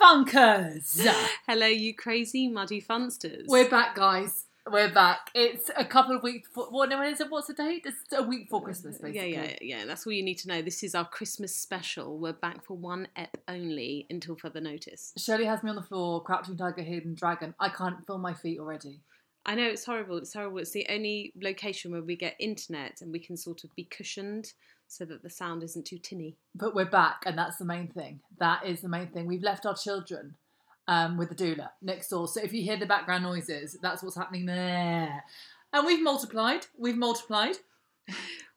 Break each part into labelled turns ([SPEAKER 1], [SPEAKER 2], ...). [SPEAKER 1] bonkers.
[SPEAKER 2] Hello, you crazy muddy funsters.
[SPEAKER 3] We're back, guys. We're back. It's a couple of weeks. Before, what, no, is it, what's the date? It's a week before Christmas, basically.
[SPEAKER 2] Yeah, yeah, yeah. That's all you need to know. This is our Christmas special. We're back for one ep only until further notice.
[SPEAKER 3] Shirley has me on the floor, crouching tiger, hidden dragon. I can't feel my feet already.
[SPEAKER 2] I know it's horrible. It's horrible. It's the only location where we get internet and we can sort of be cushioned so that the sound isn't too tinny.
[SPEAKER 3] But we're back, and that's the main thing. That is the main thing. We've left our children um, with the doula next door. So if you hear the background noises, that's what's happening there. And we've multiplied. We've multiplied.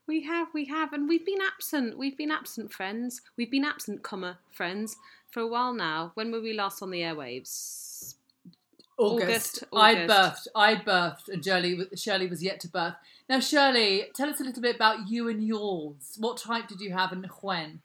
[SPEAKER 2] We have, we have, and we've been absent. We've been absent, friends. We've been absent, comma, friends, for a while now. When were we last on the airwaves?
[SPEAKER 3] August.
[SPEAKER 2] August,
[SPEAKER 3] I birthed.
[SPEAKER 2] August.
[SPEAKER 3] I birthed, and Shirley, was- Shirley was yet to birth. Now, Shirley, tell us a little bit about you and yours. What type did you have, and when?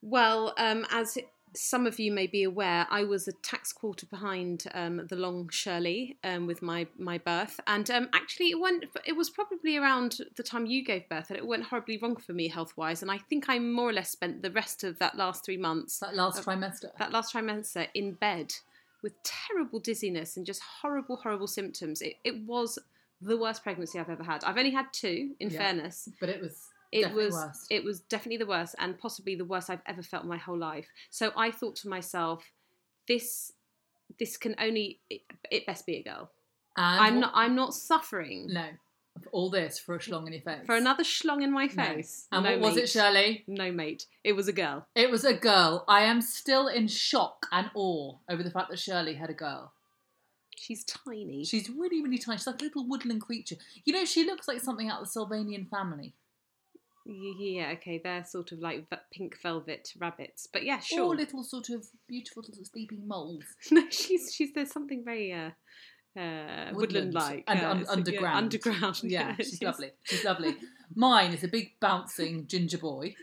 [SPEAKER 2] Well, um, as some of you may be aware, I was a tax quarter behind um, the long Shirley um, with my my birth, and um, actually it went. It was probably around the time you gave birth, and it went horribly wrong for me health wise. And I think I more or less spent the rest of that last three months
[SPEAKER 3] That last trimester.
[SPEAKER 2] that last trimester in bed with terrible dizziness and just horrible, horrible symptoms. It, it was the worst pregnancy I've ever had. I've only had two, in
[SPEAKER 3] Yeah.
[SPEAKER 2] fairness.
[SPEAKER 3] but it was.
[SPEAKER 2] It
[SPEAKER 3] definitely
[SPEAKER 2] was
[SPEAKER 3] worst.
[SPEAKER 2] it was definitely the worst and possibly the worst I've ever felt in my whole life. So I thought to myself, this this can only it, it best be a girl.
[SPEAKER 3] And
[SPEAKER 2] I'm not I'm not suffering
[SPEAKER 3] No, of all this for a schlong in your face.
[SPEAKER 2] for another schlong in my
[SPEAKER 3] No.
[SPEAKER 2] face.
[SPEAKER 3] And
[SPEAKER 2] No,
[SPEAKER 3] what was
[SPEAKER 2] mate.
[SPEAKER 3] it, Shirley?
[SPEAKER 2] No mate. It was a girl.
[SPEAKER 3] It was a girl. I am still in shock and awe over the fact that Shirley had a girl.
[SPEAKER 2] She's tiny.
[SPEAKER 3] She's really, really tiny. She's like a little woodland creature. You know, she looks like something out of the Sylvanian family.
[SPEAKER 2] Yeah, okay, they're sort of like ve- pink velvet rabbits, but yeah,
[SPEAKER 3] Or
[SPEAKER 2] sure.
[SPEAKER 3] little sort of beautiful little sleeping moles.
[SPEAKER 2] no, she's she's there's something very uh, uh,
[SPEAKER 3] Woodland
[SPEAKER 2] woodland like
[SPEAKER 3] and un- underground.
[SPEAKER 2] underground.
[SPEAKER 3] Yeah, she's lovely. She's lovely. Mine is a big bouncing ginger boy.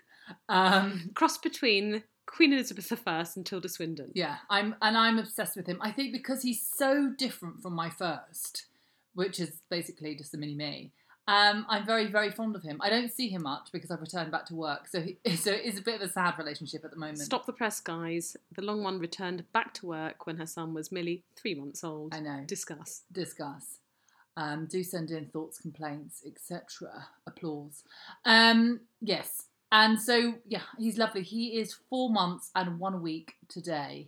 [SPEAKER 3] Um,
[SPEAKER 2] Cross between Queen Elizabeth I and Tilda Swinton.
[SPEAKER 3] yeah, I'm and I'm obsessed with him. I think because he's so different from my first, which is basically just a mini me. Um, I'm very, very fond of him. I don't see him much because I've returned back to work, so he, so it is a bit of a sad relationship at the moment.
[SPEAKER 2] Stop the press, guys. The long one returned back to work when her son was merely three months old.
[SPEAKER 3] I know.
[SPEAKER 2] Discuss.
[SPEAKER 3] discuss. Um, do send in thoughts, complaints, etc. Applause. Um, yes. And so, yeah, he's lovely. He is four months and one week today.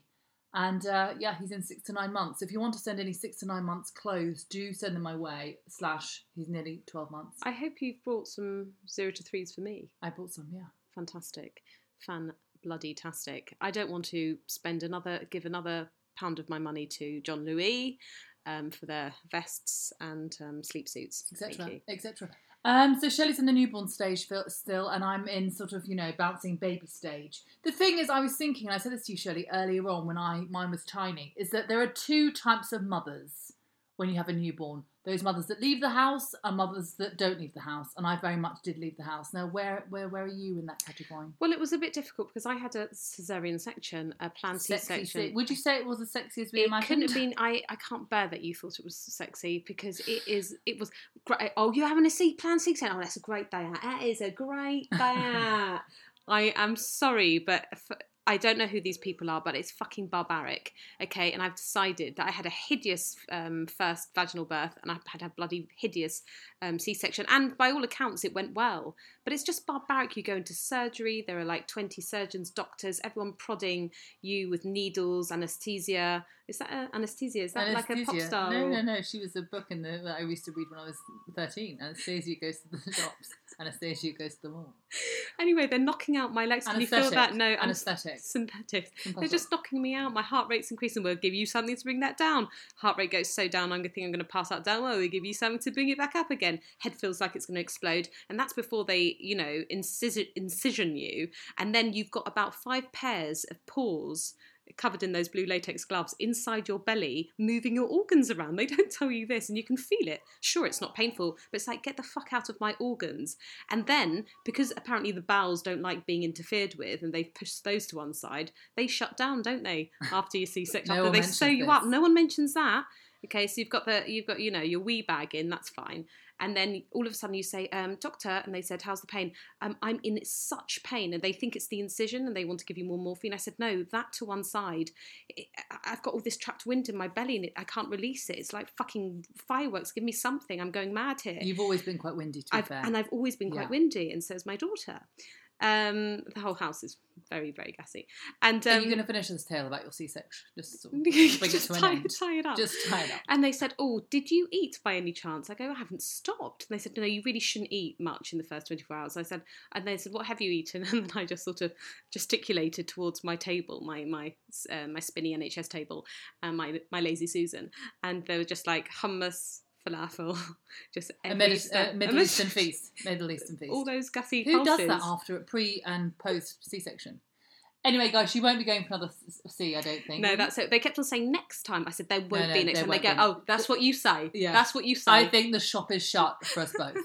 [SPEAKER 3] And uh, yeah, he's in six to nine months. If you want to send any six to nine months clothes, do send them my way. Slash, he's nearly 12 months. I,
[SPEAKER 2] I hope you've brought some zero to threes for me.
[SPEAKER 3] bought some, yeah.
[SPEAKER 2] Fantastic. Fan bloody tastic. I don't want to spend another, give another pound of my money to John Louis um, for their vests and um, sleep suits. Thank
[SPEAKER 3] etc.
[SPEAKER 2] you.
[SPEAKER 3] etc. Um, so Shelley's in the newborn stage fil- still, and I'm in sort of you know bouncing baby stage. The thing is, I was thinking, and I said this to you, Shirley, earlier on when I mine was tiny, is that there are two types of mothers when you have a newborn. Those mothers that leave the house and mothers that don't leave the house, and I very much did leave the house. Now, where where where are you in that category?
[SPEAKER 2] Well, it was a bit difficult because I had a cesarean section, a planned
[SPEAKER 3] Sexy se-
[SPEAKER 2] C-section.
[SPEAKER 3] Would you say it was the sexiest we
[SPEAKER 2] it
[SPEAKER 3] imagined?
[SPEAKER 2] couldn't have been. I, I can't bear that you thought it was sexy because it is. It was great. Oh, you're having a C planned C-section. Oh, that's a great day out. That is a great day out. I am sorry, but f- I don't know who these people are, but it's fucking barbaric. Okay, and I've decided that I had a hideous um, first vaginal birth, and I've had a bloody hideous um, C-section, and by all accounts, it went well. But it's just barbaric. You go into surgery. There are like twenty surgeons, doctors, everyone prodding you with needles, anesthesia. Is that uh, anesthesia? Is that like a pop
[SPEAKER 3] Anastasia.
[SPEAKER 2] star?
[SPEAKER 3] No,
[SPEAKER 2] or-
[SPEAKER 3] no, no. She was a book in the that I used to read when I was thirteen. Anastasia goes to the shops. Anastasia goes to the mall.
[SPEAKER 2] Anyway, they're knocking out my legs. Can you feel
[SPEAKER 3] Anesthetic.
[SPEAKER 2] that? No,
[SPEAKER 3] Anesthetic.
[SPEAKER 2] Synthetics. They're
[SPEAKER 3] Synthetic.
[SPEAKER 2] just knocking me out. My heart rate's increasing. We'll give you something to bring that down. Heart rate goes so down, I'm going to think I'm going to pass out down. Well, we give you something to bring it back up again. Head feels like it's going to explode. And that's before they, you know, incision, incision you. And then you've got about five pairs of paws covered in those blue latex gloves inside your belly, moving your organs around. They don't tell you this, and you can feel it. Sure, it's not painful, but it's like, get the fuck out of my organs. And then, because apparently the bowels don't like being interfered with and they've pushed those to one side, they shut down, don't they? After you see sex,
[SPEAKER 3] No
[SPEAKER 2] after
[SPEAKER 3] one
[SPEAKER 2] they
[SPEAKER 3] mentions
[SPEAKER 2] sew you up.
[SPEAKER 3] this.
[SPEAKER 2] No one mentions that. Okay, so you've got the you've got you know your wee bag in. That's fine. And then all of a sudden you say, um, "Doctor," and they said, "How's the pain?" Um, I'm in such pain, and they think it's the incision, and they want to give you more morphine. I said, "No, that to one side. It, I- I've got all this trapped wind in my belly, and it, I can't release it. It's like fucking fireworks. Give me something. I'm going mad here."
[SPEAKER 3] You've always been quite windy, to be
[SPEAKER 2] I've,
[SPEAKER 3] fair.
[SPEAKER 2] and I've always been quite
[SPEAKER 3] Yeah.
[SPEAKER 2] windy, and so is my daughter. Um, the whole house is very, very gassy. And um,
[SPEAKER 3] Are you going to finish this tale about your C-section? Just sort of bring it
[SPEAKER 2] just
[SPEAKER 3] to an
[SPEAKER 2] tie,
[SPEAKER 3] end.
[SPEAKER 2] tie it up.
[SPEAKER 3] Just tie it up.
[SPEAKER 2] And they said, "Oh, did you eat by any chance?" I go, "I haven't stopped." And they said, "No, you really shouldn't eat much in the first twenty-four hours." I said, and they said, "What have you eaten?" And then I just sort of gesticulated towards my table, my my uh, my spinny NHS table, and my my lazy Susan, and they were just like hummus, falafel, just
[SPEAKER 3] A
[SPEAKER 2] every
[SPEAKER 3] Middle,
[SPEAKER 2] step-
[SPEAKER 3] uh, Middle
[SPEAKER 2] and
[SPEAKER 3] Eastern feast. Middle Eastern feast.
[SPEAKER 2] All those gassy
[SPEAKER 3] Who does that
[SPEAKER 2] pulses.
[SPEAKER 3] after a pre and post C-section? Anyway, guys, you won't be going for another s- C, I don't think.
[SPEAKER 2] No, that's it. They kept on saying next time. I said there won't
[SPEAKER 3] no,
[SPEAKER 2] be next
[SPEAKER 3] there
[SPEAKER 2] time. They go,
[SPEAKER 3] won't
[SPEAKER 2] oh, that's what you say.
[SPEAKER 3] Yeah.
[SPEAKER 2] that's what you say.
[SPEAKER 3] I think the shop is shut for us both.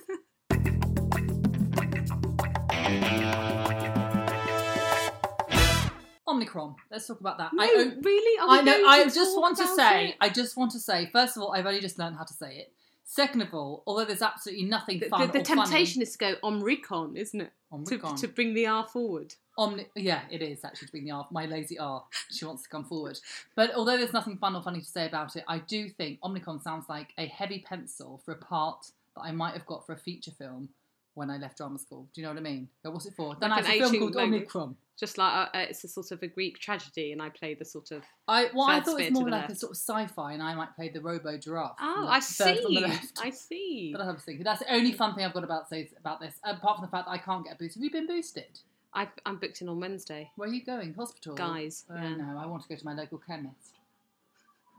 [SPEAKER 3] Omicron. Let's talk about that.
[SPEAKER 2] no,
[SPEAKER 3] I, own-
[SPEAKER 2] really. Are we
[SPEAKER 3] I know.
[SPEAKER 2] going
[SPEAKER 3] I
[SPEAKER 2] to
[SPEAKER 3] just
[SPEAKER 2] talk
[SPEAKER 3] want to
[SPEAKER 2] about
[SPEAKER 3] say.
[SPEAKER 2] it?
[SPEAKER 3] I just want to say. First of all, I've only just learned how to say it. Second of all, although there's absolutely nothing
[SPEAKER 2] the,
[SPEAKER 3] fun
[SPEAKER 2] the, the
[SPEAKER 3] or funny-
[SPEAKER 2] temptation is to go omricon, isn't it? To,
[SPEAKER 3] Omicron.
[SPEAKER 2] to bring the R forward.
[SPEAKER 3] Omni- yeah, it is actually to bring the R, my lazy R. She wants to come forward. But although there's nothing fun or funny to say about it, I do think Omnicon sounds like a heavy pencil for a part that I might have got for a feature film when I left drama school. Do you know what I mean? Go, What's it for? Then
[SPEAKER 2] Like
[SPEAKER 3] I
[SPEAKER 2] an
[SPEAKER 3] had a film
[SPEAKER 2] aging
[SPEAKER 3] called
[SPEAKER 2] moment.
[SPEAKER 3] Omnicron.
[SPEAKER 2] Just like uh, uh, it's a sort of a Greek tragedy, and I play the sort of
[SPEAKER 3] I, well, I
[SPEAKER 2] Third
[SPEAKER 3] thought it
[SPEAKER 2] sphere
[SPEAKER 3] was more
[SPEAKER 2] to the
[SPEAKER 3] like a
[SPEAKER 2] left.
[SPEAKER 3] sort of sci-fi, and I might play the Robo Giraffe.
[SPEAKER 2] oh,
[SPEAKER 3] the
[SPEAKER 2] I
[SPEAKER 3] third from the
[SPEAKER 2] see,
[SPEAKER 3] left.
[SPEAKER 2] I see.
[SPEAKER 3] But I was thinking that's the only fun thing I've got about say about this, apart from the fact that I can't get a boost. Have you been boosted?
[SPEAKER 2] I've, I'm booked in on Wednesday,
[SPEAKER 3] Where are you going? Hospital?
[SPEAKER 2] guys.
[SPEAKER 3] Oh,
[SPEAKER 2] yeah,
[SPEAKER 3] no, I want to go to my local chemist.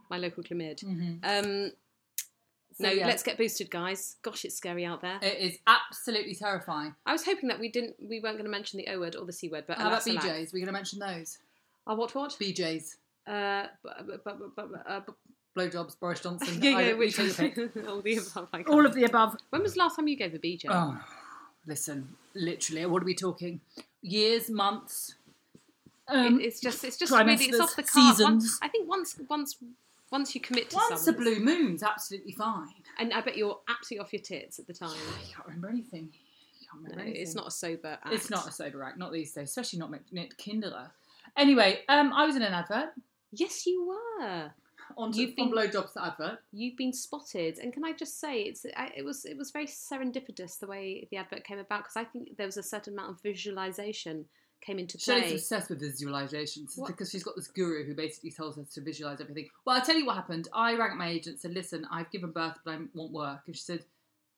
[SPEAKER 2] My local Clamid.
[SPEAKER 3] Mm-hmm.
[SPEAKER 2] Um, no,
[SPEAKER 3] yeah.
[SPEAKER 2] let's get boosted, guys. Gosh, it's scary out there.
[SPEAKER 3] It is absolutely terrifying.
[SPEAKER 2] I was hoping that we didn't, we weren't going to mention the O word or the C word, but
[SPEAKER 3] How about
[SPEAKER 2] alas, alas.
[SPEAKER 3] BJ's? We're going to mention those.
[SPEAKER 2] Oh, what what?
[SPEAKER 3] BJ's,
[SPEAKER 2] Uh, but, but, but, but, uh, but,
[SPEAKER 3] blowjobs, Boris Johnson.
[SPEAKER 2] yeah,
[SPEAKER 3] I
[SPEAKER 2] yeah,
[SPEAKER 3] don't-
[SPEAKER 2] which
[SPEAKER 3] you
[SPEAKER 2] one?
[SPEAKER 3] take your pick.
[SPEAKER 2] all the above. I
[SPEAKER 3] All
[SPEAKER 2] can't-
[SPEAKER 3] of the above.
[SPEAKER 2] when was the last time you gave a BJ?
[SPEAKER 3] Oh, listen, literally, what are we talking? Years, months. Um,
[SPEAKER 2] It- it's just, it's just really, it's
[SPEAKER 3] trimesters,
[SPEAKER 2] off the card. Once,
[SPEAKER 3] seasons.
[SPEAKER 2] I think once, once, once you commit to
[SPEAKER 3] once a
[SPEAKER 2] something,
[SPEAKER 3] blue moon's absolutely fine.
[SPEAKER 2] and I bet you're absolutely off your tits at the time.
[SPEAKER 3] You can't remember anything. You can't remember
[SPEAKER 2] No,
[SPEAKER 3] anything.
[SPEAKER 2] it's not a sober. Act.
[SPEAKER 3] It's not a sober act, not these days, especially not Nick Kindler. Anyway, um, I was in an advert.
[SPEAKER 2] Yes, you were.
[SPEAKER 3] On
[SPEAKER 2] You've
[SPEAKER 3] from
[SPEAKER 2] been-
[SPEAKER 3] blowjobs to advert.
[SPEAKER 2] You've been spotted, and can I just say, it's I- it was it was very serendipitous the way the advert came about because I think there was a certain amount of visualization came into play.
[SPEAKER 3] Shelley's obsessed with visualizations
[SPEAKER 2] What-
[SPEAKER 3] because she's got this guru who basically tells her to visualize everything. Well, I'll tell you what happened. I rang up my agent said, Listen, I've given birth, but I want work. And she said,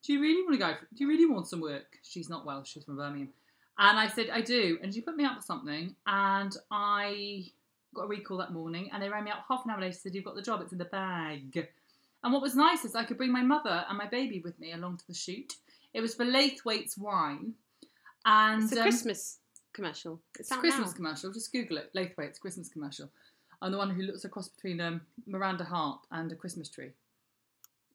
[SPEAKER 3] Do you really want to go? For, do you really want some work? She's not Welsh, she's from Birmingham. And I said, I do. And she put me up for something. And I got a recall that morning. And they rang me up half an hour later said, You've got the job, it's in the bag. And what was nice is I could bring my mother and my baby with me along to the shoot. It was for Laithwaite's Wine. And
[SPEAKER 2] it's a
[SPEAKER 3] um,
[SPEAKER 2] Christmas commercial. It's,
[SPEAKER 3] it's a
[SPEAKER 2] out
[SPEAKER 3] Christmas
[SPEAKER 2] now.
[SPEAKER 3] commercial. Just Google it. Laithwaite's Christmas commercial. I'm the one who looks across between um, Miranda Hart and a Christmas tree.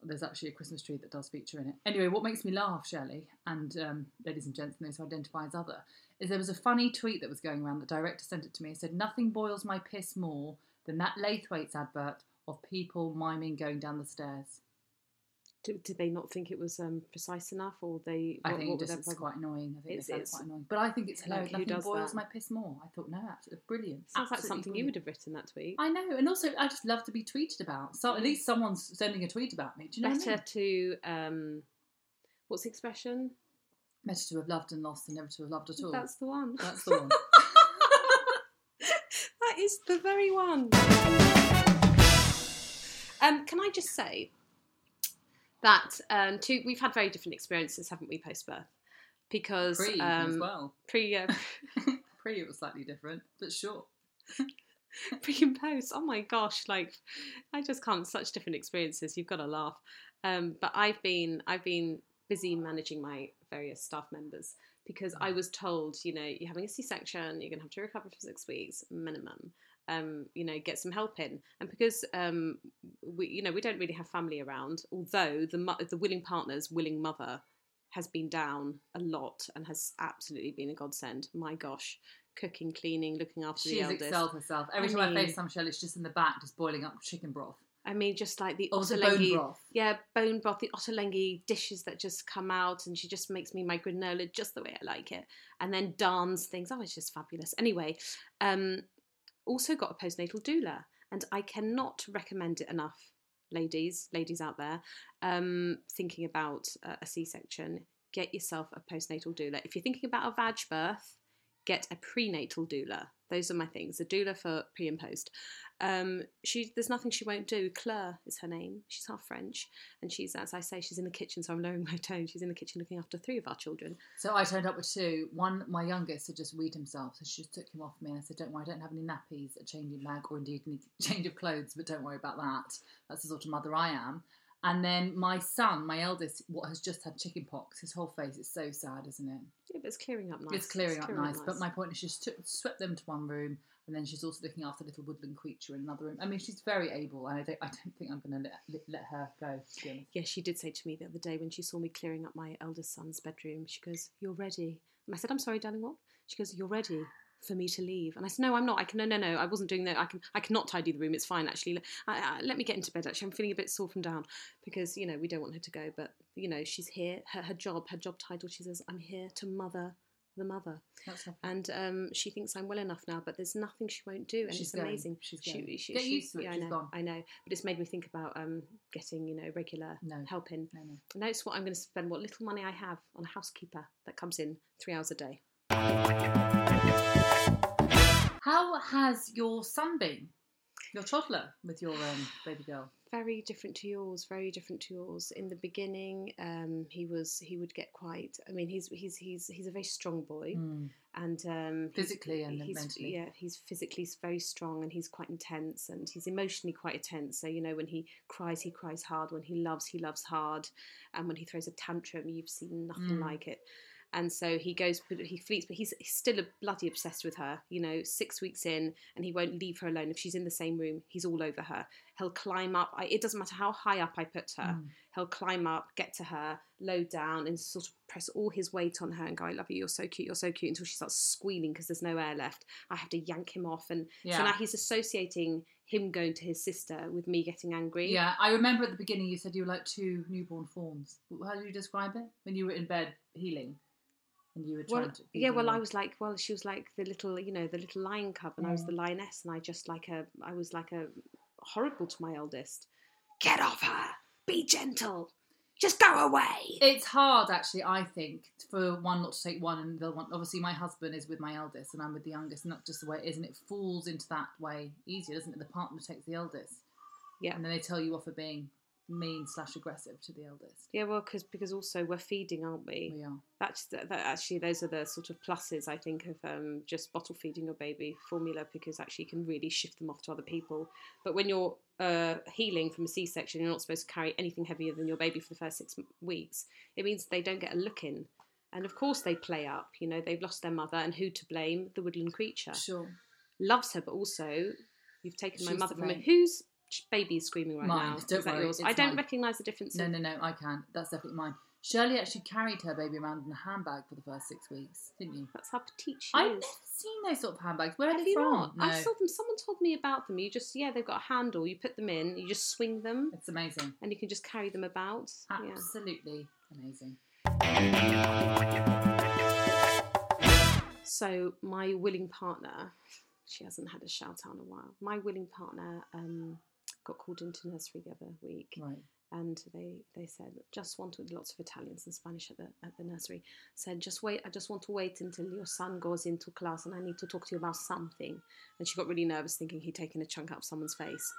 [SPEAKER 3] There's actually a Christmas tree that does feature in it. Anyway, what makes me laugh, Shelley, and um, ladies and gents, and those who identify as other, is there was a funny tweet that was going around. The director sent it to me and said, Nothing boils my piss more than that Laithwaite's advert of people miming going down the stairs.
[SPEAKER 2] Did, did they not think it was um, precise enough, or they?
[SPEAKER 3] I
[SPEAKER 2] what-
[SPEAKER 3] think
[SPEAKER 2] what was
[SPEAKER 3] just
[SPEAKER 2] their
[SPEAKER 3] it's
[SPEAKER 2] problem?
[SPEAKER 3] quite annoying. I think
[SPEAKER 2] It's-
[SPEAKER 3] they found it
[SPEAKER 2] it's-
[SPEAKER 3] quite annoying. But I think it's
[SPEAKER 2] Like,
[SPEAKER 3] hilarious.
[SPEAKER 2] who
[SPEAKER 3] Nothing
[SPEAKER 2] does
[SPEAKER 3] boils
[SPEAKER 2] that?
[SPEAKER 3] my piss more. I thought, no, absolutely brilliant.
[SPEAKER 2] Sounds like
[SPEAKER 3] Absolutely
[SPEAKER 2] something you
[SPEAKER 3] brilliant.
[SPEAKER 2] would have written that tweet.
[SPEAKER 3] I know, and also I just love to be tweeted about. So at least someone's sending a tweet about me. Do you know what I
[SPEAKER 2] Mm. Better
[SPEAKER 3] mean?
[SPEAKER 2] to um, what's the expression?
[SPEAKER 3] Better to have loved and lost than never to have loved at all. That's,
[SPEAKER 2] That's the one.
[SPEAKER 3] the one.
[SPEAKER 2] that is the very one. Um, can I just say that um, two, we've had very different experiences, haven't we, post birth? Because
[SPEAKER 3] Pre as
[SPEAKER 2] um,
[SPEAKER 3] well.
[SPEAKER 2] pre, uh,
[SPEAKER 3] Pre it was slightly different, but sure.
[SPEAKER 2] pre and post. Oh my gosh, like I just can't. Such different experiences. You've got to laugh. Um, but I've been I've been busy managing my various staff members because I was told, you know, you're having a C-section, you're gonna have to recover for six weeks minimum. Um, you know, get some help in, and because um, we, you know, we don't really have family around. Although the mo- the willing partner's willing mother has been down a lot and has absolutely been a godsend. My gosh, cooking, cleaning, looking after the
[SPEAKER 3] She's
[SPEAKER 2] eldest.
[SPEAKER 3] excelled herself. Every
[SPEAKER 2] I
[SPEAKER 3] time I
[SPEAKER 2] mean-
[SPEAKER 3] face some Shelley, she's just in the back, just boiling up chicken broth.
[SPEAKER 2] I mean, just like the
[SPEAKER 3] Also, bone
[SPEAKER 2] Ottolenghi.
[SPEAKER 3] broth.
[SPEAKER 2] Yeah, bone broth, the Ottolenghi dishes that just come out, and she just makes me my granola just the way I like it, and then darns things. Oh, it's just fabulous. Anyway, um, also got a postnatal doula, and I cannot recommend it enough, ladies, ladies out there, um, thinking about uh, a C-section. Get yourself a postnatal doula. If you're thinking about a vag birth, get a prenatal doula. Those are my things. A doula for pre and post. Um, she there's nothing she won't do. Claire is her name. She's half French, and she's as I say, she's in the kitchen. So I'm lowering my tone. She's in the kitchen looking after three of our children.
[SPEAKER 3] So I turned up with two. One, my youngest, had just weed himself, so she just took him off me. And I said, "Don't worry, I don't have any nappies, a changing bag, or indeed any change of clothes, but don't worry about that. That's the sort of mother I am." And then my son, my eldest, what has just had chicken pox. His whole face is so sad, isn't it?
[SPEAKER 2] Yeah, but it's clearing up nice.
[SPEAKER 3] It's clearing up nice, but my point is, she's took, swept them to one room, and then she's also looking after a little woodland creature in another room. I mean, she's very able, and I don't, I don't think I'm going to let, let, let her go. To be honest.
[SPEAKER 2] Yeah, she did say to me the other day when she saw me clearing up my eldest son's bedroom, she goes, You're ready. And I said, I'm sorry, darling, what? She goes, You're ready for me to leave. And I said, No, I'm not. I can, no, no, no. I wasn't doing that. I can, I cannot tidy the room. It's fine, actually. I, I, let me get into bed, actually. I'm feeling a bit softened down because, you know, we don't want her to go. But, you know, she's here. Her, her job, her job title, she says, I'm here to mother the mother.
[SPEAKER 3] That's lovely.
[SPEAKER 2] And um, she thinks I'm well enough now, but there's nothing she won't do. And
[SPEAKER 3] She's
[SPEAKER 2] it's
[SPEAKER 3] going.
[SPEAKER 2] amazing.
[SPEAKER 3] She's
[SPEAKER 2] She-
[SPEAKER 3] going.
[SPEAKER 2] she-
[SPEAKER 3] Get
[SPEAKER 2] she-
[SPEAKER 3] used to it.
[SPEAKER 2] Yeah, I
[SPEAKER 3] She's
[SPEAKER 2] know.
[SPEAKER 3] gone.
[SPEAKER 2] I know. But it's made me think about um, getting, you know, regular
[SPEAKER 3] No.
[SPEAKER 2] help in.
[SPEAKER 3] No, no.
[SPEAKER 2] And that's what I'm going to spend what little money I have on a housekeeper that comes in three hours a day.
[SPEAKER 3] How has your son been? Your toddler with your um, baby girl.
[SPEAKER 2] Very different to yours. Very different to yours. In the beginning, um, he was he would get quite. I mean, he's he's he's he's a very strong boy, and um, he's-
[SPEAKER 3] Physically and then
[SPEAKER 2] he's,
[SPEAKER 3] mentally.
[SPEAKER 2] Yeah, he's physically s- very strong, and he's quite intense, and he's emotionally quite intense. So you know, when he cries, he cries hard. When he loves, he loves hard, and when he throws a tantrum, you've seen nothing
[SPEAKER 3] Mm.
[SPEAKER 2] like it. And so he goes, he fleets, but he's he's still a bloody obsessed with her. You know, six weeks in, and he won't leave her alone. If she's in the same room, he's all over her. He'll climb up. I, it doesn't matter how high up I put her.
[SPEAKER 3] Mm.
[SPEAKER 2] He'll climb up, get to her, low down, and sort of press all his weight on her and go, I love you, you're so cute, you're so cute, until she starts squealing because there's no air left. I have to yank him off. And
[SPEAKER 3] Yeah.
[SPEAKER 2] so now he's associating him going to his sister with me getting angry.
[SPEAKER 3] Yeah, I remember at the beginning you said you were like two newborn fawns. How do you describe it? When you were in bed healing, and you were trying
[SPEAKER 2] Well,
[SPEAKER 3] to. feed
[SPEAKER 2] yeah,
[SPEAKER 3] them
[SPEAKER 2] well, I
[SPEAKER 3] milk.
[SPEAKER 2] was like, well, she was like the little, you know, the little lion cub, and I was
[SPEAKER 3] Mm.
[SPEAKER 2] the lioness, and I just like a, I was like a horrible to my eldest. Get off her. Be gentle. Just go away.
[SPEAKER 3] It's hard, actually. I think for one not to take one, and the other one. Obviously, my husband is with my eldest, and I'm with the youngest, and that's just the way it is. And it falls into that way easier, doesn't it? The partner takes the eldest.
[SPEAKER 2] Yeah.
[SPEAKER 3] and then they tell you off for being mean slash aggressive to the eldest.
[SPEAKER 2] Yeah, well, cause, because also we're feeding, aren't we?
[SPEAKER 3] We are.
[SPEAKER 2] That's that, that actually those are the sort of pluses I think of um, just bottle feeding your baby formula because actually you can really shift them off to other people. But when you're uh, healing from a C-section, you're not supposed to carry anything heavier than your baby for the first six m- weeks. It means they don't get a look in, and of course they play up. You know they've lost their mother, and who to blame? The woodland creature
[SPEAKER 3] Sure.
[SPEAKER 2] loves her, but also you've taken my
[SPEAKER 3] She's
[SPEAKER 2] mother
[SPEAKER 3] the
[SPEAKER 2] from me.
[SPEAKER 3] blame.
[SPEAKER 2] Whose baby is screaming right
[SPEAKER 3] Mine.
[SPEAKER 2] now?
[SPEAKER 3] Don't
[SPEAKER 2] is that
[SPEAKER 3] worry,
[SPEAKER 2] yours?
[SPEAKER 3] it's
[SPEAKER 2] I don't
[SPEAKER 3] mine.
[SPEAKER 2] recognise the difference.
[SPEAKER 3] No,
[SPEAKER 2] in-
[SPEAKER 3] no, no, I can. That's definitely mine. Shirley actually carried her baby around in a handbag for the first six weeks, didn't you?
[SPEAKER 2] That's how petite she
[SPEAKER 3] I've
[SPEAKER 2] is.
[SPEAKER 3] never seen those sort of handbags. Where are
[SPEAKER 2] Have
[SPEAKER 3] they
[SPEAKER 2] you
[SPEAKER 3] from?
[SPEAKER 2] not?
[SPEAKER 3] No,
[SPEAKER 2] I saw them. Someone told me about them. You just yeah, they've got a handle. You put them in. You just swing them,
[SPEAKER 3] it's amazing.
[SPEAKER 2] and you can just carry them about. Yeah.
[SPEAKER 3] Absolutely amazing.
[SPEAKER 2] So my willing partner, she hasn't had a shout out in a while. My willing partner um, got called into nursery the other week,
[SPEAKER 3] Right.
[SPEAKER 2] and they they said just want to, lots of Italians and Spanish at the at the nursery said just wait. I just want to wait until your son goes into class, and I need to talk to you about something. And she got really nervous, thinking he'd taken a chunk out of someone's face.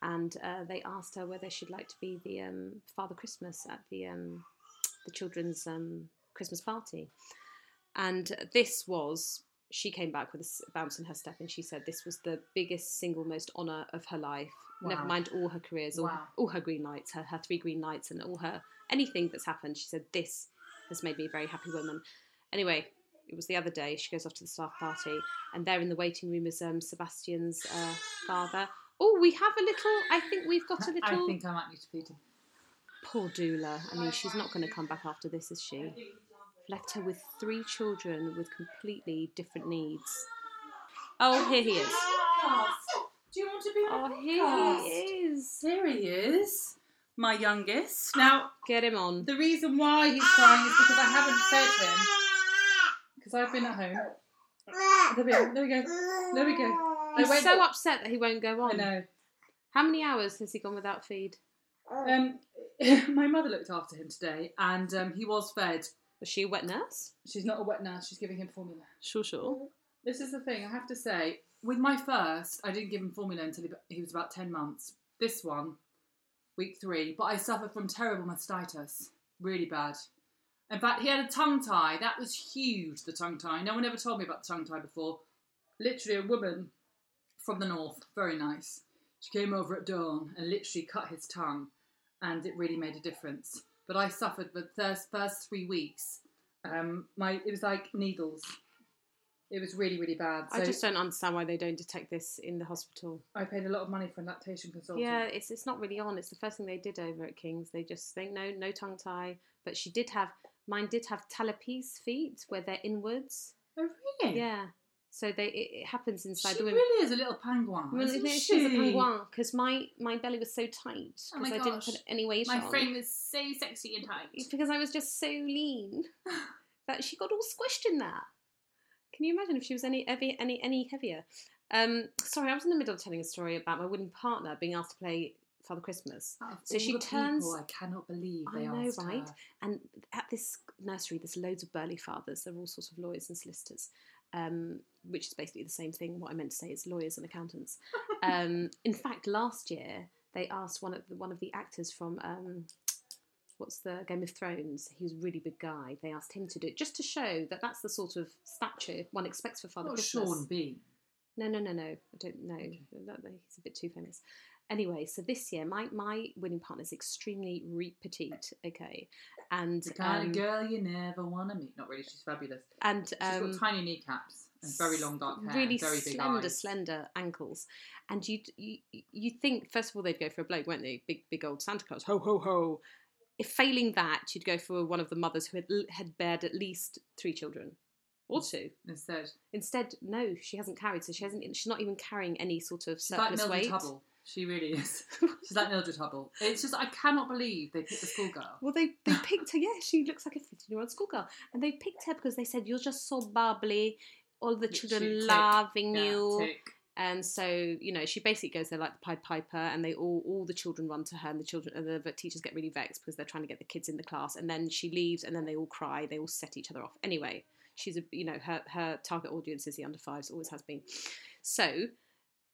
[SPEAKER 2] And uh, they asked her whether she'd like to be the um, Father Christmas at the um, the children's um, Christmas party. And this was she came back with a s- bounce in her step, and she said this was the biggest single most honour of her life. Never
[SPEAKER 3] Wow.
[SPEAKER 2] mind all her careers, all,
[SPEAKER 3] Wow.
[SPEAKER 2] all her green lights, her, her three green lights, and all her anything that's happened. She said this has made me a very happy woman. Anyway, it was the other day. She goes off to the staff party, and there in the waiting room is um, Sebastian's uh, father. Oh, we have a little. I think we've got a
[SPEAKER 3] I
[SPEAKER 2] little.
[SPEAKER 3] think I might need to feed him.
[SPEAKER 2] Poor doula. I mean, she's not going to come back after this, is she? Left her with three children with completely different needs. Oh, here he is.
[SPEAKER 3] Do you want to be on?
[SPEAKER 2] Oh,
[SPEAKER 3] the
[SPEAKER 2] here
[SPEAKER 3] podcast?
[SPEAKER 2] he is.
[SPEAKER 3] Here he is, my youngest.
[SPEAKER 2] Ah.
[SPEAKER 3] Now,
[SPEAKER 2] Get him on.
[SPEAKER 3] the reason why he's crying is because I haven't fed him because I've been at home. There we, are. there we go. There we go. I
[SPEAKER 2] He's
[SPEAKER 3] went-
[SPEAKER 2] so upset that he won't go
[SPEAKER 3] I
[SPEAKER 2] on.
[SPEAKER 3] know.
[SPEAKER 2] How many hours has he gone without feed?
[SPEAKER 3] Um, my mother looked after him today, and um, he was fed.
[SPEAKER 2] Was she a wet nurse?
[SPEAKER 3] She's not a wet nurse; she's giving him formula.
[SPEAKER 2] Sure, sure.
[SPEAKER 3] This is the thing I have to say. With my first, I didn't give him formula until he, he was about ten months. This one, week three, but I suffered from terrible mastitis, really bad. In fact, he had a tongue tie. That was huge. The tongue tie. No one ever told me about the tongue tie before. Literally, a woman from the north, very nice. She came over at dawn and literally cut his tongue, and it really made a difference. But I suffered for the first, first three weeks. Um, my it was like needles. It was really really bad. So
[SPEAKER 2] I just don't understand why they don't detect this in the hospital.
[SPEAKER 3] I paid a lot of money for a lactation consultant.
[SPEAKER 2] Yeah, it's it's not really on. It's the first thing they did over at King's. They just think no, no tongue tie. But she did have mine. Did have talipes feet where they're inwards.
[SPEAKER 3] Oh really?
[SPEAKER 2] Yeah. So they it, it happens inside
[SPEAKER 3] She
[SPEAKER 2] the women.
[SPEAKER 3] really is a little penguin.
[SPEAKER 2] Well,
[SPEAKER 3] isn't
[SPEAKER 2] no,
[SPEAKER 3] she?
[SPEAKER 2] she's a penguin because my my belly was so tight because
[SPEAKER 3] Oh my
[SPEAKER 2] I didn't
[SPEAKER 3] gosh.
[SPEAKER 2] put any weight
[SPEAKER 3] My
[SPEAKER 2] on.
[SPEAKER 3] frame is so sexy and
[SPEAKER 2] It's
[SPEAKER 3] tight.
[SPEAKER 2] because I was just so lean that she got all squished in there. Can you imagine if she was any heavy, any any heavier? Um, sorry, I was in the middle of telling a story about my wooden partner being asked to play Father Christmas.
[SPEAKER 3] Out of
[SPEAKER 2] So
[SPEAKER 3] all
[SPEAKER 2] she
[SPEAKER 3] the
[SPEAKER 2] turns-
[SPEAKER 3] People, I cannot believe
[SPEAKER 2] I
[SPEAKER 3] they
[SPEAKER 2] know,
[SPEAKER 3] asked
[SPEAKER 2] right?
[SPEAKER 3] her.
[SPEAKER 2] And at this nursery, there's loads of burly fathers. They're all sorts of lawyers and solicitors, um, which is basically the same thing. What I meant to say is lawyers and accountants. um, in fact, last year they asked one of the, one of the actors from um, what's the Game of Thrones. He was a really big guy. They asked him to do it just to show that that's the sort of stature one expects for Father
[SPEAKER 3] Not
[SPEAKER 2] Christmas.
[SPEAKER 3] Oh, Sean B.
[SPEAKER 2] No, no, no, no. I don't know. That, that- he's a bit too famous. Anyway, so this year, my my winning partner is extremely re- petite. Okay, and
[SPEAKER 3] The kind
[SPEAKER 2] um,
[SPEAKER 3] of girl you never want to meet. Not really. She's fabulous.
[SPEAKER 2] and
[SPEAKER 3] She's
[SPEAKER 2] um,
[SPEAKER 3] got tiny kneecaps and very long dark hair.
[SPEAKER 2] really
[SPEAKER 3] and very big
[SPEAKER 2] slender,
[SPEAKER 3] eyes.
[SPEAKER 2] slender ankles, and you you you think first of all they'd go for a bloke, weren't they? Big big old Santa Claus, ho ho ho. If failing that, you'd go for one of the mothers who had had bared at least three children, or
[SPEAKER 3] Mm.
[SPEAKER 2] two.
[SPEAKER 3] Instead,
[SPEAKER 2] Instead, no, she hasn't carried, so she hasn't. She's not even carrying any sort of
[SPEAKER 3] she's like
[SPEAKER 2] surplus
[SPEAKER 3] Mildred
[SPEAKER 2] weight.
[SPEAKER 3] Hubble. She really is. She's like Mildred Hubble. It's just I cannot believe they picked the schoolgirl.
[SPEAKER 2] Well, they, they picked her. Yeah, she looks like a 15 year old schoolgirl. And they picked her because they said, You're just so bubbly. All the children
[SPEAKER 3] She- tick.
[SPEAKER 2] loving
[SPEAKER 3] Yeah,
[SPEAKER 2] you.
[SPEAKER 3] tick.
[SPEAKER 2] And so, you know, she basically goes there like the Pied Piper, and they all, all the children run to her, and the children, and the teachers get really vexed because they're trying to get the kids in the class. And then she leaves, and then they all cry, they all set each other off. Anyway, she's a, you know, her, her target audience is the under fives, always has been. So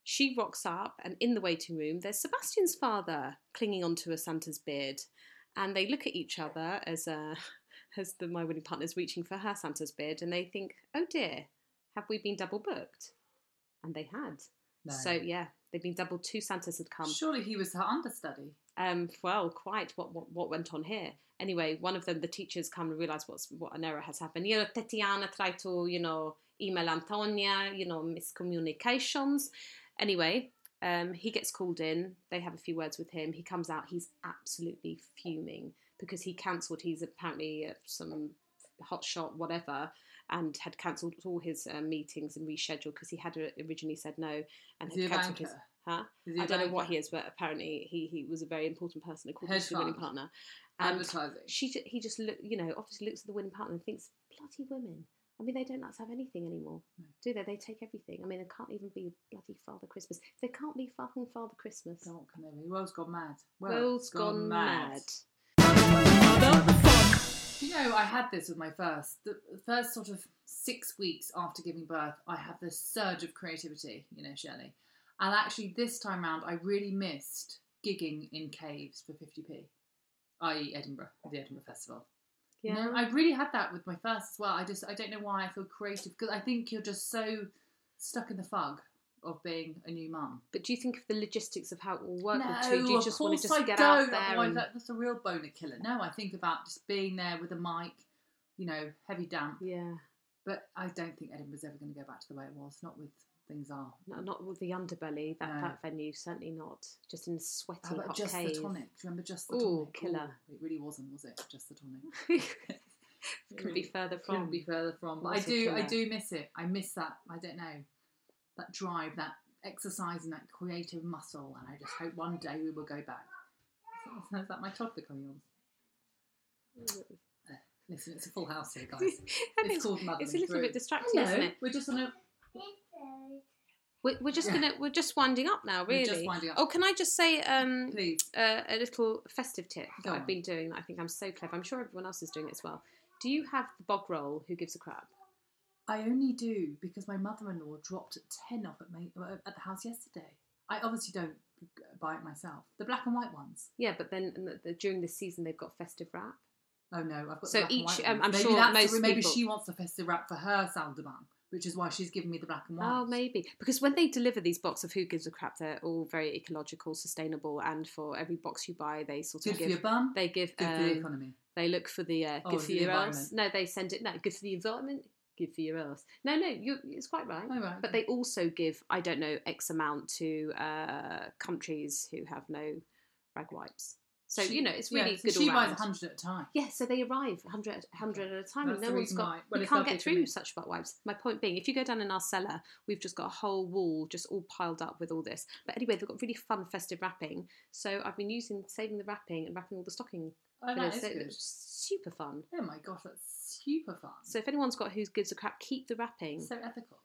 [SPEAKER 2] she rocks up, and in the waiting room, there's Sebastian's father clinging onto a Santa's beard, and they look at each other as uh, as the my winning partner's reaching for her Santa's beard, and they think, "Oh dear, have we been double booked?" And they had.
[SPEAKER 3] No.
[SPEAKER 2] So um, yeah, they've been doubled. Two Santas had come.
[SPEAKER 3] surely he was her understudy.
[SPEAKER 2] Um, well, quite what, what what went on here. Anyway, one of them, the teachers come and realise what's what an error has happened. You know, Tatiana tried to you know email Antonia. You know, miscommunications. Anyway, um, he gets called in. They have a few words with him. He comes out. He's absolutely fuming because he cancelled. He's apparently at some hot shot, whatever, and had cancelled all his uh, meetings and rescheduled because he had uh, originally said no and
[SPEAKER 3] Is he
[SPEAKER 2] had
[SPEAKER 3] a
[SPEAKER 2] cancelled his.
[SPEAKER 3] banker?
[SPEAKER 2] Huh?
[SPEAKER 3] Is he
[SPEAKER 2] I
[SPEAKER 3] a
[SPEAKER 2] don't know
[SPEAKER 3] banker?
[SPEAKER 2] what he is, but apparently he, he was a very important person according
[SPEAKER 3] Hedge
[SPEAKER 2] to the winning
[SPEAKER 3] fund.
[SPEAKER 2] partner. And
[SPEAKER 3] Advertising.
[SPEAKER 2] she ju- he just look you know obviously looks at the winning partner and thinks bloody women. I mean they don't like to have anything anymore,
[SPEAKER 3] No.
[SPEAKER 2] do they? They take everything. I mean they can't even be bloody Father Christmas. They can't be fucking Father Christmas.
[SPEAKER 3] So what can they be? World's gone mad.
[SPEAKER 2] World's gone mad.
[SPEAKER 3] Do you know, I had this with my first, the first sort of six weeks after giving birth, I have this surge of creativity, you know, Shirley. And actually, this time round, I really missed gigging in caves for 50p, i.e., e, Edinburgh, the Edinburgh Festival.
[SPEAKER 2] Yeah.
[SPEAKER 3] No, I really had that with my first as well. I just, I don't know why I feel creative because I think you're just so stuck in the fog of being a new mum.
[SPEAKER 2] But do you think of the logistics of how it will work
[SPEAKER 3] No,
[SPEAKER 2] with two? Do you
[SPEAKER 3] of
[SPEAKER 2] just want
[SPEAKER 3] course
[SPEAKER 2] to just
[SPEAKER 3] I
[SPEAKER 2] get
[SPEAKER 3] don't.
[SPEAKER 2] out there?
[SPEAKER 3] Otherwise,
[SPEAKER 2] and-
[SPEAKER 3] that- that's a real boner killer. No, I think about just being there with a mic, you know, heavy damp.
[SPEAKER 2] Yeah,
[SPEAKER 3] But I don't think Edinburgh's ever going to go back to the way it was. Not with things are.
[SPEAKER 2] no, not with the underbelly. That,
[SPEAKER 3] No.
[SPEAKER 2] that venue certainly not. Just in sweaty
[SPEAKER 3] How about
[SPEAKER 2] hot
[SPEAKER 3] just
[SPEAKER 2] cave.
[SPEAKER 3] the tonic? Do you remember just the
[SPEAKER 2] Ooh,
[SPEAKER 3] tonic?
[SPEAKER 2] killer.
[SPEAKER 3] Ooh, it really wasn't, was it? Just the tonic.
[SPEAKER 2] Could be further from.
[SPEAKER 3] Couldn't be further from. But I
[SPEAKER 2] What a
[SPEAKER 3] do, I
[SPEAKER 2] killer.
[SPEAKER 3] do miss it. I miss that. I don't know that drive, that exercising that creative muscle, and I just hope one day we will go back. So- Is that my toddler coming on? Listen, it's a full house here, guys.
[SPEAKER 2] it's,
[SPEAKER 3] It's called Mother.
[SPEAKER 2] it's a little bit distracting, isn't it?
[SPEAKER 3] We're just on a.
[SPEAKER 2] We're, we're just
[SPEAKER 3] Yeah.
[SPEAKER 2] gonna we're just winding up now,
[SPEAKER 3] We're
[SPEAKER 2] really.
[SPEAKER 3] just winding up.
[SPEAKER 2] Oh, can I just say um,
[SPEAKER 3] Please.
[SPEAKER 2] uh, a little festive tip
[SPEAKER 3] Go
[SPEAKER 2] that
[SPEAKER 3] on.
[SPEAKER 2] I've been doing that I think I'm so clever. I'm sure everyone else is doing it as well. Do you have the bog roll? Who gives a crap?
[SPEAKER 3] I only do because my mother-in-law dropped ten off at my uh, at the house yesterday. I obviously don't buy it myself. The black and white ones.
[SPEAKER 2] Yeah, but then and the, the, during this season they've got festive wrap.
[SPEAKER 3] Oh no, I've got.
[SPEAKER 2] So
[SPEAKER 3] the black
[SPEAKER 2] each-
[SPEAKER 3] and white
[SPEAKER 2] um,
[SPEAKER 3] ones. maybe
[SPEAKER 2] I'm sure
[SPEAKER 3] that's
[SPEAKER 2] most
[SPEAKER 3] maybe
[SPEAKER 2] people-
[SPEAKER 3] she wants a festive wrap for her Saldeman, which is why she's giving me the black and white.
[SPEAKER 2] Oh, maybe because when they deliver these boxes of Who Gives a Crap, they're all very ecological, sustainable, and for every box you buy, they sort of
[SPEAKER 3] Good for
[SPEAKER 2] give.
[SPEAKER 3] your bum.
[SPEAKER 2] they give.
[SPEAKER 3] good for the
[SPEAKER 2] um,
[SPEAKER 3] economy.
[SPEAKER 2] They look for the uh,
[SPEAKER 3] Oh,
[SPEAKER 2] good
[SPEAKER 3] for
[SPEAKER 2] for
[SPEAKER 3] the
[SPEAKER 2] your
[SPEAKER 3] environment.
[SPEAKER 2] ass. No, they send it. No, good for the environment. Good for your ass. No, no, you it's quite right.
[SPEAKER 3] Oh, right.
[SPEAKER 2] But they also give I don't know X amount to uh, countries who have no rag wipes. So
[SPEAKER 3] She-
[SPEAKER 2] you know it's
[SPEAKER 3] yeah,
[SPEAKER 2] really
[SPEAKER 3] so
[SPEAKER 2] good.
[SPEAKER 3] she
[SPEAKER 2] all
[SPEAKER 3] buys
[SPEAKER 2] round.
[SPEAKER 3] hundred at a time.
[SPEAKER 2] Yeah, so they arrive 100, 100 at a time,
[SPEAKER 3] That's
[SPEAKER 2] and no
[SPEAKER 3] the
[SPEAKER 2] one's
[SPEAKER 3] reason
[SPEAKER 2] got.
[SPEAKER 3] why. Well,
[SPEAKER 2] you
[SPEAKER 3] it's
[SPEAKER 2] can't
[SPEAKER 3] lovely
[SPEAKER 2] get
[SPEAKER 3] for me.
[SPEAKER 2] through such butt wipes. My point being, if you go down in our cellar, we've just got a whole wall just all piled up with all this. But anyway, they've got really fun festive wrapping. So I've been using saving the wrapping and wrapping all the stocking.
[SPEAKER 3] Oh, that
[SPEAKER 2] fillers.
[SPEAKER 3] is
[SPEAKER 2] so
[SPEAKER 3] good.
[SPEAKER 2] it's super fun.
[SPEAKER 3] Oh my gosh, that's super fun.
[SPEAKER 2] So if anyone's got who gives a crap, keep the wrapping.
[SPEAKER 3] So ethical.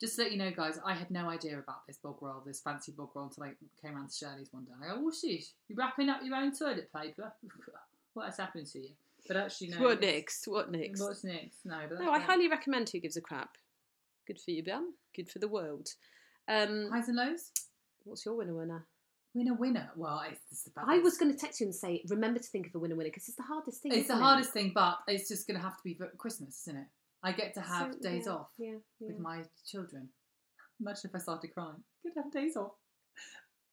[SPEAKER 3] Just to let you know, guys, I had no idea about this bog roll, this fancy bog roll, until I came round to Shirley's one day. I go, oh, sheesh, you wrapping up your own toilet paper? what has happened to you? But actually, no.
[SPEAKER 2] what
[SPEAKER 3] it's-
[SPEAKER 2] next? What next?
[SPEAKER 3] What's next? No, but
[SPEAKER 2] No, I
[SPEAKER 3] that's great.
[SPEAKER 2] highly recommend Who Gives a Crap. Good for you, Ben. Good for the world. Um,
[SPEAKER 3] Highs and lows?
[SPEAKER 2] what's your winner winner?
[SPEAKER 3] Winner, winner. Well, it's, it's the
[SPEAKER 2] I was going to text you and say, remember to think of a winner winner because it's the hardest thing.
[SPEAKER 3] It's the
[SPEAKER 2] isn't it?
[SPEAKER 3] hardest thing, but it's just going to have to be for Christmas, isn't it? I get to have
[SPEAKER 2] So,
[SPEAKER 3] days
[SPEAKER 2] yeah,
[SPEAKER 3] off
[SPEAKER 2] Yeah, yeah.
[SPEAKER 3] with my children. Imagine if I started crying. Good to have days off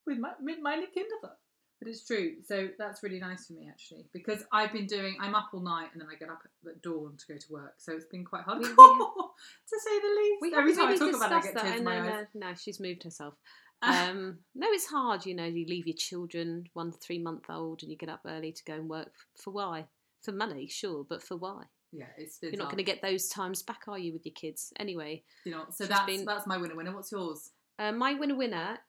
[SPEAKER 3] with my mid-minded kindergarten. But it's true. So that's really nice for me actually because I've been doing. I'm up all night and then I get up at dawn to go to work. So it's been quite hard
[SPEAKER 2] We-
[SPEAKER 3] to
[SPEAKER 2] we
[SPEAKER 3] say
[SPEAKER 2] have-
[SPEAKER 3] the least.
[SPEAKER 2] We
[SPEAKER 3] Every
[SPEAKER 2] haven't
[SPEAKER 3] time I
[SPEAKER 2] really
[SPEAKER 3] talk about it, I get
[SPEAKER 2] discussed that. uh,
[SPEAKER 3] tears
[SPEAKER 2] I
[SPEAKER 3] in my
[SPEAKER 2] know,
[SPEAKER 3] eyes.
[SPEAKER 2] no, no, she's moved herself. Um, no, it's hard, you know. You leave your children, one three month old, and you get up early to go and work for why? For money, sure, but for why?
[SPEAKER 3] yeah, it's been.
[SPEAKER 2] You're not
[SPEAKER 3] hard.
[SPEAKER 2] going to get those times back, are you, with your kids? Anyway,
[SPEAKER 3] You know, so
[SPEAKER 2] she's
[SPEAKER 3] that's
[SPEAKER 2] been-
[SPEAKER 3] that's my winner. Winner. What's yours?
[SPEAKER 2] Uh, my winner winner,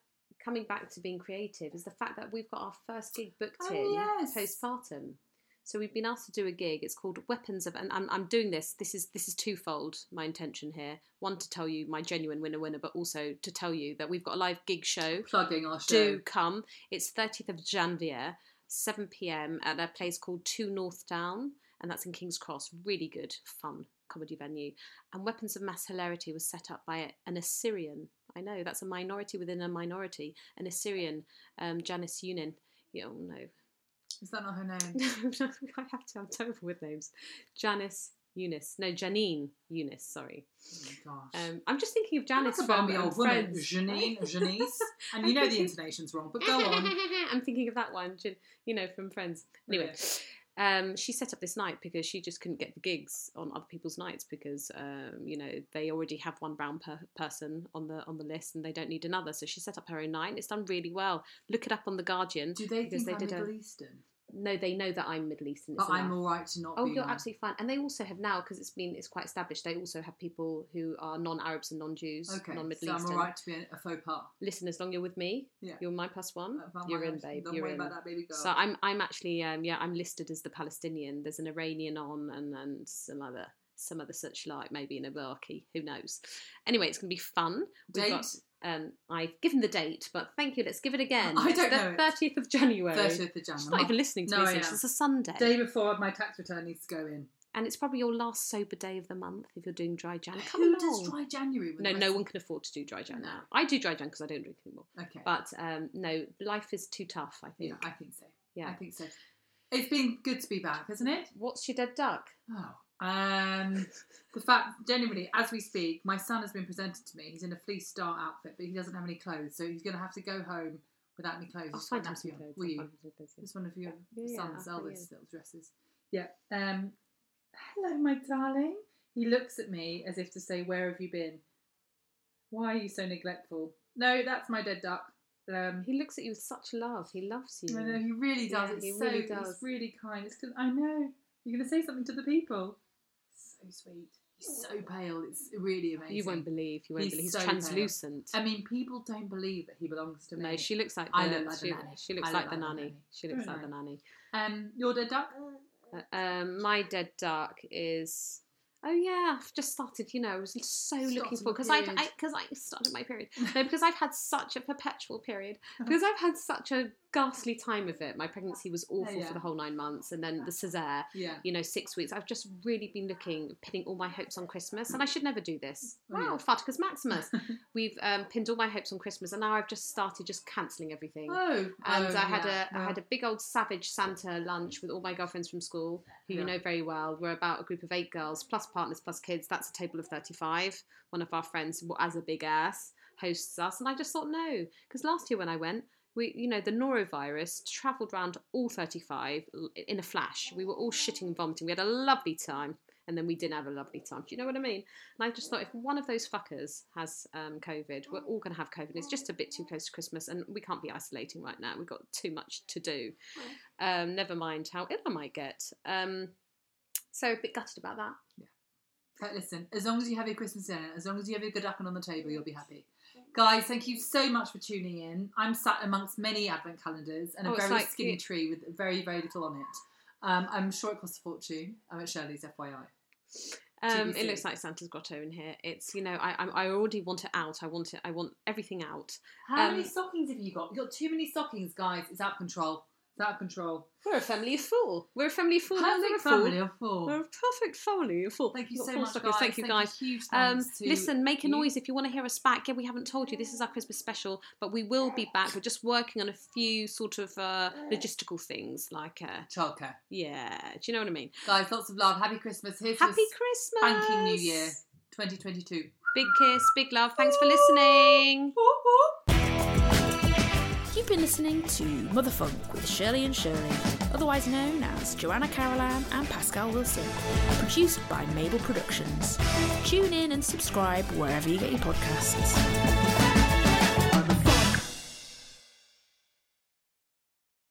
[SPEAKER 2] coming back to being creative, is the fact that we've got our first gig booked
[SPEAKER 3] Oh,
[SPEAKER 2] in
[SPEAKER 3] yes.
[SPEAKER 2] postpartum. So we've been asked to do a gig. It's called Weapons of, and I'm, I'm doing this. This is this is twofold. My intention here: one to tell you my genuine winner winner, but also to tell you that we've got a live gig show.
[SPEAKER 3] Plugging our show.
[SPEAKER 2] Do come. It's 30th of Janvier, 7 p.m. at a place called Two North Down, and that's in King's Cross. Really good, fun comedy venue. And Weapons of Mass Hilarity was set up by an Assyrian. I know that's a minority within a minority. An Assyrian, um, Janice Yunin. You know, no,
[SPEAKER 3] Is that not her name?
[SPEAKER 2] I have to. I'm terrible with names. Janice Eunice. No, Janine Eunice. Sorry.
[SPEAKER 3] Oh my gosh.
[SPEAKER 2] Um, I'm just thinking of
[SPEAKER 3] Look
[SPEAKER 2] Janice
[SPEAKER 3] at Barbie,
[SPEAKER 2] from um,
[SPEAKER 3] old woman,
[SPEAKER 2] Friends.
[SPEAKER 3] Janine, Janice, and you know the intonation's wrong, but go on.
[SPEAKER 2] I'm thinking of that one, Jan- you know, from Friends. Anyway, um, she set up this night because she just couldn't get the gigs on other people's nights because, um, you know, they already have one brown per- person on the on the list and they don't need another. So she set up her own night. and It's done really well. Look it up on the Guardian.
[SPEAKER 3] Do they
[SPEAKER 2] Because
[SPEAKER 3] think I'm
[SPEAKER 2] they did a-
[SPEAKER 3] Middle Eastern?
[SPEAKER 2] No, they know that I'm Middle Eastern.
[SPEAKER 3] But
[SPEAKER 2] it's
[SPEAKER 3] I'm
[SPEAKER 2] enough.
[SPEAKER 3] all right to not
[SPEAKER 2] Oh,
[SPEAKER 3] be.
[SPEAKER 2] you're
[SPEAKER 3] one.
[SPEAKER 2] absolutely fine. And they also have now because it's been it's quite established. They also have people who are non-Arabs and non-Jews,
[SPEAKER 3] okay.
[SPEAKER 2] non-Middle
[SPEAKER 3] so
[SPEAKER 2] Eastern.
[SPEAKER 3] I'm all right to be a faux pas.
[SPEAKER 2] Listen, as long you're with me,
[SPEAKER 3] Yeah.
[SPEAKER 2] you're my plus one.
[SPEAKER 3] If I'm
[SPEAKER 2] you're
[SPEAKER 3] right,
[SPEAKER 2] in, babe.
[SPEAKER 3] Don't
[SPEAKER 2] you're
[SPEAKER 3] worry
[SPEAKER 2] in.
[SPEAKER 3] about that, baby girl.
[SPEAKER 2] So I'm I'm actually um, yeah I'm listed as the Palestinian. There's an Iranian on and and some other some other such like maybe an Iraqi. Who knows? Anyway, it's going to be fun. We've
[SPEAKER 3] Date
[SPEAKER 2] got- um, I've given the date, but thank you. Let's give it again.
[SPEAKER 3] I don't
[SPEAKER 2] it's
[SPEAKER 3] know
[SPEAKER 2] the
[SPEAKER 3] it.
[SPEAKER 2] thirtieth of January.
[SPEAKER 3] thirtieth of January.
[SPEAKER 2] She's not even listening to
[SPEAKER 3] No, I
[SPEAKER 2] me. so
[SPEAKER 3] am.
[SPEAKER 2] It's a Sunday,
[SPEAKER 3] Day before my tax return needs to go in.
[SPEAKER 2] and it's probably your last sober day of the month if you're doing dry Jan. Come
[SPEAKER 3] Who
[SPEAKER 2] along.
[SPEAKER 3] does dry January? With
[SPEAKER 2] no,
[SPEAKER 3] the
[SPEAKER 2] no
[SPEAKER 3] rest-
[SPEAKER 2] one can afford to do dry Jan
[SPEAKER 3] No.
[SPEAKER 2] now. I do dry Jan because I don't drink anymore.
[SPEAKER 3] Okay.
[SPEAKER 2] But um, no, life is too tough. I think.
[SPEAKER 3] yeah, I think so.
[SPEAKER 2] Yeah.
[SPEAKER 3] I think so. It's been good to be back, hasn't it?
[SPEAKER 2] What's your dead duck?
[SPEAKER 3] Oh. Um, the fact, genuinely, as we speak, my son has been presented to me. He's in a fleece star outfit, but he doesn't have any clothes, so he's going to have to go home without any clothes.
[SPEAKER 2] I'll
[SPEAKER 3] He's got
[SPEAKER 2] find him
[SPEAKER 3] an
[SPEAKER 2] some
[SPEAKER 3] nappy on.
[SPEAKER 2] clothes.
[SPEAKER 3] Will
[SPEAKER 2] I'll
[SPEAKER 3] you?
[SPEAKER 2] find him some clothes, yeah.
[SPEAKER 3] It's one of your
[SPEAKER 2] Yeah,
[SPEAKER 3] son's
[SPEAKER 2] I'll bring
[SPEAKER 3] eldest little dresses. Yeah. Um, hello, my darling. He looks at me as if to say, "Where have you been? Why are you so neglectful?" No, that's my dead duck. Um,
[SPEAKER 2] He looks at you with such love. He loves you.
[SPEAKER 3] I know he really does.
[SPEAKER 2] Yeah,
[SPEAKER 3] it's
[SPEAKER 2] he
[SPEAKER 3] so
[SPEAKER 2] really
[SPEAKER 3] it's
[SPEAKER 2] does.
[SPEAKER 3] really kind. It's 'cause- I know you're going to say something to the people. So sweet. He's so pale. It's really amazing.
[SPEAKER 2] Oh. You won't believe. You won't
[SPEAKER 3] He's
[SPEAKER 2] believe. He's
[SPEAKER 3] so pale.
[SPEAKER 2] translucent.
[SPEAKER 3] I mean, people don't believe that he belongs to me.
[SPEAKER 2] no, she looks like the,
[SPEAKER 3] I look like the
[SPEAKER 2] she,
[SPEAKER 3] nanny.
[SPEAKER 2] she looks
[SPEAKER 3] I look
[SPEAKER 2] like,
[SPEAKER 3] like
[SPEAKER 2] the
[SPEAKER 3] the
[SPEAKER 2] nanny.
[SPEAKER 3] nanny.
[SPEAKER 2] She looks
[SPEAKER 3] Very
[SPEAKER 2] like the nanny.
[SPEAKER 3] Um, your dead duck.
[SPEAKER 2] Uh, Um, my dead dark is. Oh yeah, I've just started. You know, I was so
[SPEAKER 3] Started
[SPEAKER 2] looking
[SPEAKER 3] your
[SPEAKER 2] forward because I
[SPEAKER 3] period.
[SPEAKER 2] because I, started my period. No, because I've had such a perpetual period.
[SPEAKER 3] Uh-huh.
[SPEAKER 2] Because I've had such a ghastly time of it. My pregnancy was awful
[SPEAKER 3] yeah.
[SPEAKER 2] for the whole nine months, and then the Cesare.
[SPEAKER 3] Yeah.
[SPEAKER 2] you know, six weeks. I've just really been looking, pinning all my hopes on Christmas, and I should never do this.
[SPEAKER 3] Oh, yeah.
[SPEAKER 2] Wow, Faticus Maximus. We've um, pinned all my hopes on Christmas, and now I've just started just cancelling everything.
[SPEAKER 3] Oh.
[SPEAKER 2] And
[SPEAKER 3] oh,
[SPEAKER 2] Um, I had
[SPEAKER 3] yeah.
[SPEAKER 2] a I had a big old savage Santa lunch with all my girlfriends from school, who
[SPEAKER 3] Yeah.
[SPEAKER 2] you know very well. We're about a group of eight girls, plus partners, plus kids. That's a table of thirty five. One of our friends, wh- as a big ass, hosts us, and I just thought no, because last year when I went. We, you know, the norovirus travelled round all 35 l- in a flash. We were all shitting and vomiting. We had a lovely time, and then we didn't have a lovely time. Do you know what I mean? And I just thought if one of those fuckers has um, COVID, we're all going to have COVID. It's just a bit too close to Christmas and we can't be isolating right now. We've got too much to do. Um, never mind how ill I might get. Um, so a bit gutted about that.
[SPEAKER 3] But listen, as long as you have your Christmas dinner, as long as you have your good on the table, you'll be happy. Guys, thank you so much for tuning in. I'm sat amongst many advent calendars and a
[SPEAKER 2] Oh, it's
[SPEAKER 3] very
[SPEAKER 2] like
[SPEAKER 3] skinny
[SPEAKER 2] it-
[SPEAKER 3] tree with very, very little on it. Um, I'm sure it costs a fortune. I'm at Shirley's, FYI.
[SPEAKER 2] Um,
[SPEAKER 3] TBC.
[SPEAKER 2] it looks like Santa's grotto in here. It's you know I, I I already want it out. I want it. I want everything out.
[SPEAKER 3] How
[SPEAKER 2] Um,
[SPEAKER 3] many stockings have you got? You've got too many stockings, guys. It's out of control. It's out of control.
[SPEAKER 2] We're a family of four. We're a family of four. How's
[SPEAKER 3] Perfect
[SPEAKER 2] it a four?
[SPEAKER 3] family of four.
[SPEAKER 2] We're a perfect family of four.
[SPEAKER 3] Thank you
[SPEAKER 2] We've got
[SPEAKER 3] so
[SPEAKER 2] four
[SPEAKER 3] much,
[SPEAKER 2] stockings.
[SPEAKER 3] guys.
[SPEAKER 2] Thank you guys.
[SPEAKER 3] Huge
[SPEAKER 2] Um,
[SPEAKER 3] thanks to
[SPEAKER 2] listen, make a
[SPEAKER 3] you.
[SPEAKER 2] noise if you want to hear us back. Yeah, we haven't told you. This is our Christmas special, but we will be back. We're just working on a few sort of uh, logistical things, like uh,
[SPEAKER 3] childcare,
[SPEAKER 2] yeah, do you know what I mean?
[SPEAKER 3] guys. Lots of love. Happy Christmas. Here's
[SPEAKER 2] Happy
[SPEAKER 3] to
[SPEAKER 2] Christmas,
[SPEAKER 3] spanking New Year, 2022.
[SPEAKER 2] Big kiss, big love. Thanks for listening.
[SPEAKER 1] You've been listening to Motherfunk with Shirley and Shirley, otherwise known as Joanna Carolan and Pascal Wilson, produced by Mabel Productions. Tune in and subscribe wherever you get your podcasts.